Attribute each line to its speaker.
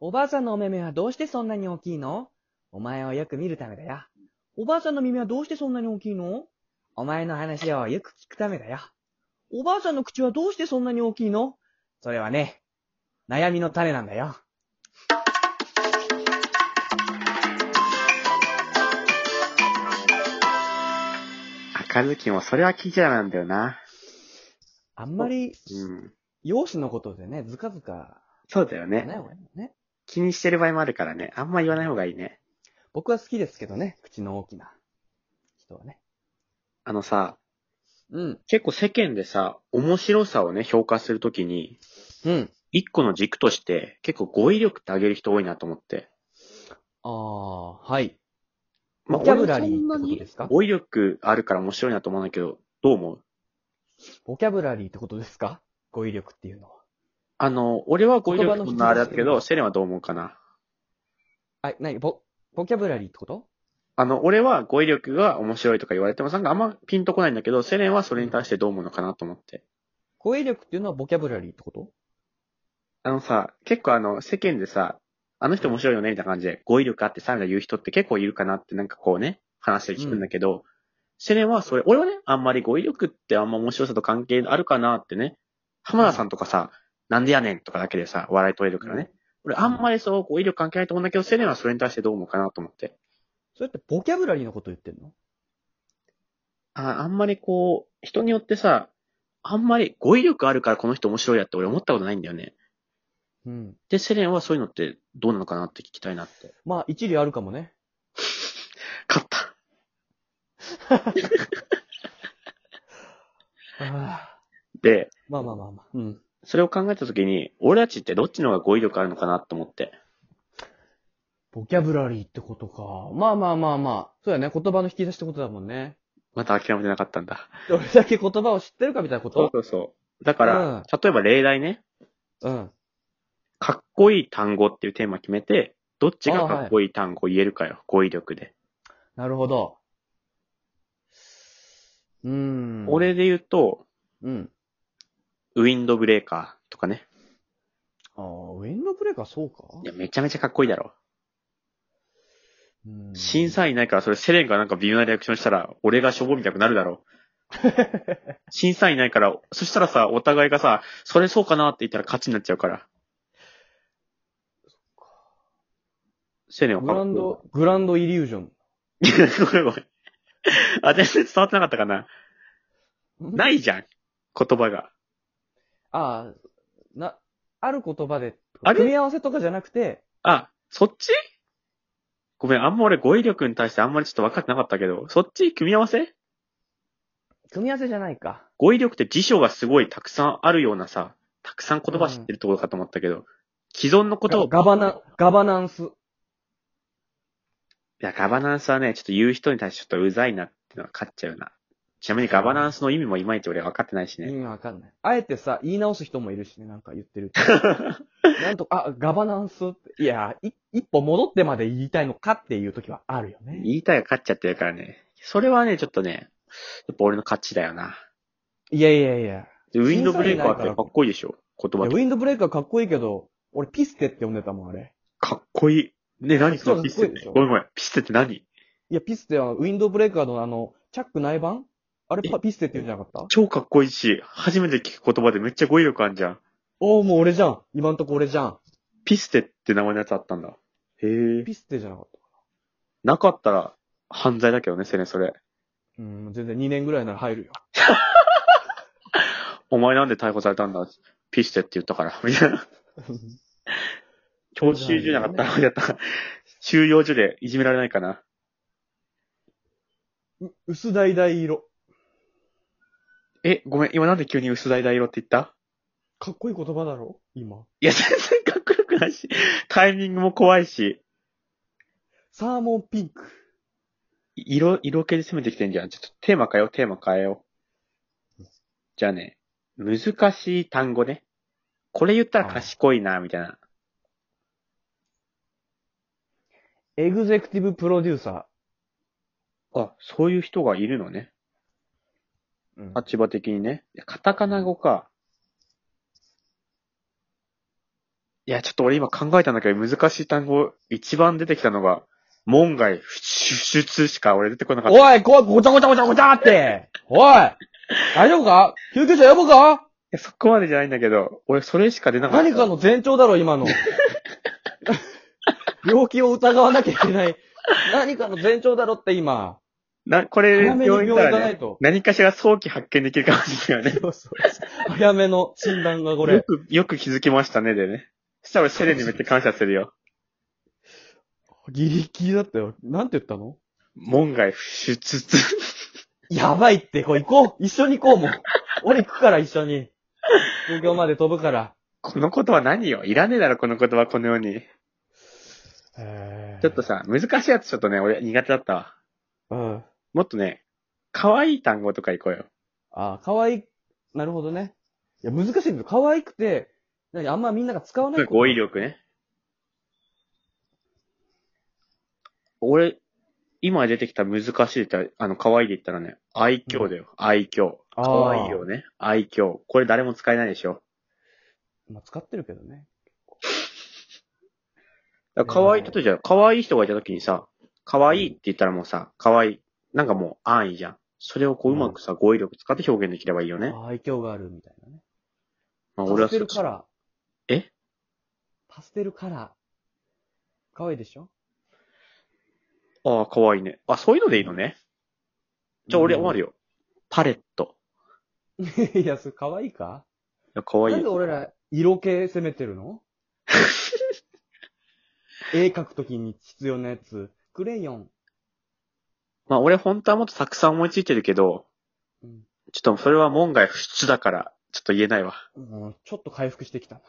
Speaker 1: おばあさんのお目目はどうしてそんなに大きいのお前をよく見るためだよ。おばあさんの耳はどうしてそんなに大きいのお前の話をよく聞くためだよ。おばあさんの口はどうしてそんなに大きいのそれはね、悩みの種なんだよ。
Speaker 2: 赤ずきんもそれは記事なんだよな。
Speaker 1: あんまり、
Speaker 2: うん。
Speaker 1: 容姿のことでね、ずかずか、
Speaker 2: そうだよ
Speaker 1: ね、
Speaker 2: ね。
Speaker 1: 俺もね。
Speaker 2: 気にしてる場合もあるからね。あんま言わない方がいいね。
Speaker 1: 僕は好きですけどね、口の大きな人はね。
Speaker 2: あのさ、
Speaker 1: うん。
Speaker 2: 結構世間でさ、面白さをね、評価するときに、
Speaker 1: うん。
Speaker 2: 一個の軸として、結構語彙力って上げる人多いなと思って。
Speaker 1: ああ、はい。
Speaker 2: まあ
Speaker 1: ボキャブラリー
Speaker 2: 俺もそんな
Speaker 1: ってこ
Speaker 2: に
Speaker 1: とですか
Speaker 2: 語彙力あるから面白いなと思うんだけど、どう思う
Speaker 1: ボキャブラリーってことですか語彙力っていうのは。
Speaker 2: あの、俺は語彙力
Speaker 1: 言葉の
Speaker 2: そ
Speaker 1: 一つ
Speaker 2: んなあれだったけ
Speaker 1: で
Speaker 2: ど、
Speaker 1: す
Speaker 2: セレンはどう思うかな
Speaker 1: あ、なに、ボ、ボキャブラリーってこと
Speaker 2: あの、俺は語彙力が面白いとか言われても、なんかあんまピンとこないんだけど、セレンはそれに対してどう思うのかなと思って。
Speaker 1: 語彙力っていうのはボキャブラリーってこと
Speaker 2: あのさ、結構あの、世間でさ、あの人面白いよね、みたいな感じで、語彙力あってサみたいな言う人って結構いるかなって、なんかこうね、話を聞くんだけど、セレンはそれ、俺はね、あんまり語彙力ってあんま面白さと関係あるかなってね、浜田さんとかさ、なんでやねんとかだけでさ、笑い取れるからね。俺あんまりそう、語彙力関係ないと思うんだけど、セレンはそれに対してどう思うかなと思って。
Speaker 1: それってボキャブラリーのこと言ってんの
Speaker 2: ああんまりこう、人によってさ、あんまり語彙力あるからこの人面白いやって俺思ったことないんだよね。
Speaker 1: うん。
Speaker 2: で、セレンはそういうのってどうなのかなって聞きたいなって。
Speaker 1: まあ、一理あるかもね。
Speaker 2: 勝った。
Speaker 1: ああ
Speaker 2: で、
Speaker 1: まあまあまあまあ。うん。
Speaker 2: それを考えたときに、俺たちってどっちの方が語彙力あるのかなと思って。
Speaker 1: ボキャブラリーってことか。まあまあまあまあ。そうだね。言葉の引き出しってことだもんね。
Speaker 2: また諦めてなかったんだ。
Speaker 1: どれだけ言葉を知ってるかみたいなこ
Speaker 2: そう
Speaker 1: と
Speaker 2: そうそう。だから、
Speaker 1: うん
Speaker 2: 例えば例題ね、
Speaker 1: うん。
Speaker 2: かっこいい単語っていうテーマ決めて、どっちがかっこいい単語言えるかよ、語彙力で。
Speaker 1: なるほど。うーん。、
Speaker 2: 俺で言うと、
Speaker 1: うん。
Speaker 2: ウィンドブレーカーとかね。
Speaker 1: ああ、ウィンドブレーカーそうか
Speaker 2: いや、めちゃめちゃかっこいいだろ。
Speaker 1: うん
Speaker 2: 審査員いないから、それセレンがなんか微妙なリアクションしたら、俺がしょぼみたくなるだろ う。審査員いないから、そしたらさ、お互いがさ、それそうかなって言ったら勝ちになっちゃうから。セレンは
Speaker 1: グラン ド、グランドイリュージョン。
Speaker 2: ごめんごめん。あ、全然伝わってなかったかな。
Speaker 1: い
Speaker 2: ないじゃん。言葉が。
Speaker 1: ああ、な、ある言葉で、
Speaker 2: あれ
Speaker 1: 組み合わせとかじゃなくて、
Speaker 2: あ、そっちごめん、あんま俺語彙力に対してあんまりちょっと分かってなかったけど、そっち組み合わせ
Speaker 1: 組み合わせじゃないか。
Speaker 2: 語彙力って辞書がすごいたくさんあるようなさ、たくさん言葉知ってるところかと思ったけど、既存のことを、
Speaker 1: ガバナ、ガバナンス。
Speaker 2: いや、ガバナンスはね、ちょっと言う人に対してちょっとうざいなっていうのは勝っちゃうな。ちなみにガバナンスの意味もいまいち俺分かってないし
Speaker 1: 意
Speaker 2: ね。
Speaker 1: 味わかんない。あえてさ、言い直す人もいるしね、なんか言ってる と。なんと、あ、ガバナンスって。いや、い一歩戻ってまで言いたいのかっていう時はあるよね。
Speaker 2: 言いたいが勝っちゃってるからね。それはね、ちょっとね、やっぱ俺の勝ちだよな。
Speaker 1: いやいやいや。
Speaker 2: でウィンドブレーカーってかっこいいでしょ
Speaker 1: い
Speaker 2: 言
Speaker 1: やウ
Speaker 2: 葉と
Speaker 1: ィンドブレーカーかっこいいけど、俺ピステって呼んでたもん、あれ。
Speaker 2: かっこいい。ね、何そのピステっ。
Speaker 1: かっこいいでしてょ
Speaker 2: ごめんごめん。ピステって何
Speaker 1: いや、ピステはウィンドブレーカーのあの、チャック内板あれ
Speaker 2: え
Speaker 1: パピステって言うんじゃなかった
Speaker 2: 超かっこいいし、初めて聞く言葉でめっちゃ語彙力あんじゃん。
Speaker 1: おお、もう俺じゃん。今んとこ俺じゃん。
Speaker 2: ピステって名前のやつあったんだ。へえ。
Speaker 1: ピステじゃなかった。
Speaker 2: なかったら犯罪だけどね、セレンそれ。
Speaker 1: うん、全然2年ぐらいなら入るよ。
Speaker 2: お前なんで逮捕されたんだピステって言ったから。みたいな。 教習所じゃなかったら、やった。収容所でいじめられないかな。
Speaker 1: う薄橙色。
Speaker 2: え、ごめん、今なんで急に薄橙色って言った
Speaker 1: かっこいい言葉だろ今。
Speaker 2: いや、全然かっこよくないし、タイミングも怖いし、
Speaker 1: サーモンピンク。
Speaker 2: 色、色系で攻めてきてんじゃん。ちょっとテーマ変えよう、テーマ変えよう。じゃあね、難しい単語ね。これ言ったら賢いな、みたいな。
Speaker 1: エグゼクティブプロデューサ
Speaker 2: あ、そういう人がいるのね。
Speaker 1: ー。うん
Speaker 2: 立場的にね。いやカタカナ語か。いや、ちょっと俺今考えたんだけど、難しい単語、一番出てきたのが、門外不出しか俺出てこなかった。い
Speaker 1: おい、こ、ごちゃごちゃごちゃごちゃっておい大丈夫か救急車呼ぶか
Speaker 2: やそこまでじゃないんだけど、俺それしか出なかった。
Speaker 1: 何かの前兆だろ、今の。病気を疑わなきゃいけない。何かの前兆だろって今。
Speaker 2: な、これ、
Speaker 1: 早めに病
Speaker 2: 病
Speaker 1: 院行
Speaker 2: 院か
Speaker 1: からな
Speaker 2: ね
Speaker 1: い、と。
Speaker 2: 何かしら早期発見できるかもしれないよね。
Speaker 1: そうそう。早めの診断がこ
Speaker 2: よ
Speaker 1: れ。
Speaker 2: く、よく気づきましたね、でね。そしたら俺セレンにめっちゃ感謝するよ。
Speaker 1: ギリギリだったよ。なんて言ったの
Speaker 2: 門外不出
Speaker 1: やばいって、こう行こう。一緒に行こうもう。俺行くから一緒に。東京まで飛ぶから。
Speaker 2: この言葉何よいらねえだろ、この言葉、このように。ち
Speaker 1: ち
Speaker 2: ょっと、さ、難しいやつちょっとね、俺苦手だったわ。
Speaker 1: うん。
Speaker 2: もっとね、可愛い単語とか行こうよ。
Speaker 1: ああ、可愛い。なるほどね。いや、難しいんですよ。可愛くて、何あんまみんなが使わないこと
Speaker 2: 語彙力ね。俺、今出てきた難しいって、あの、可愛いで言ったらね、愛嬌だよ。愛嬌。
Speaker 1: あー
Speaker 2: 可愛いよね。愛嬌。これ誰も使えないでしょ。
Speaker 1: まあ、使ってるけどね。
Speaker 2: だから可愛い、例えばじゃあ可愛い人がいた時にさ、可愛いって言ったらもうさ、可愛い。なんかもう安易じゃん。それをこううまくさ、語彙力使って表現できればいいよね。
Speaker 1: ああ、愛嬌があるみたいなね。
Speaker 2: まあ俺
Speaker 1: パ
Speaker 2: は
Speaker 1: ステ
Speaker 2: そ
Speaker 1: ル
Speaker 2: っち
Speaker 1: カラー。
Speaker 2: え
Speaker 1: パステルカラー。可愛いでしょ
Speaker 2: ああ、可愛いね。あ、そういうのでいいのね。じゃあ俺終わるよ。パレット。
Speaker 1: よ。いや、それ可愛いか
Speaker 2: いや、可愛い。
Speaker 1: なんで俺ら、色系攻めてる の絵描くときに必要なやつ。クレヨン。
Speaker 2: まあ俺本当はもっとたくさん思いついてるけど、
Speaker 1: うん
Speaker 2: ちょっとそれは門外不出だから、ちょっと言えないわ。
Speaker 1: もう、ちょっと回復してきたな。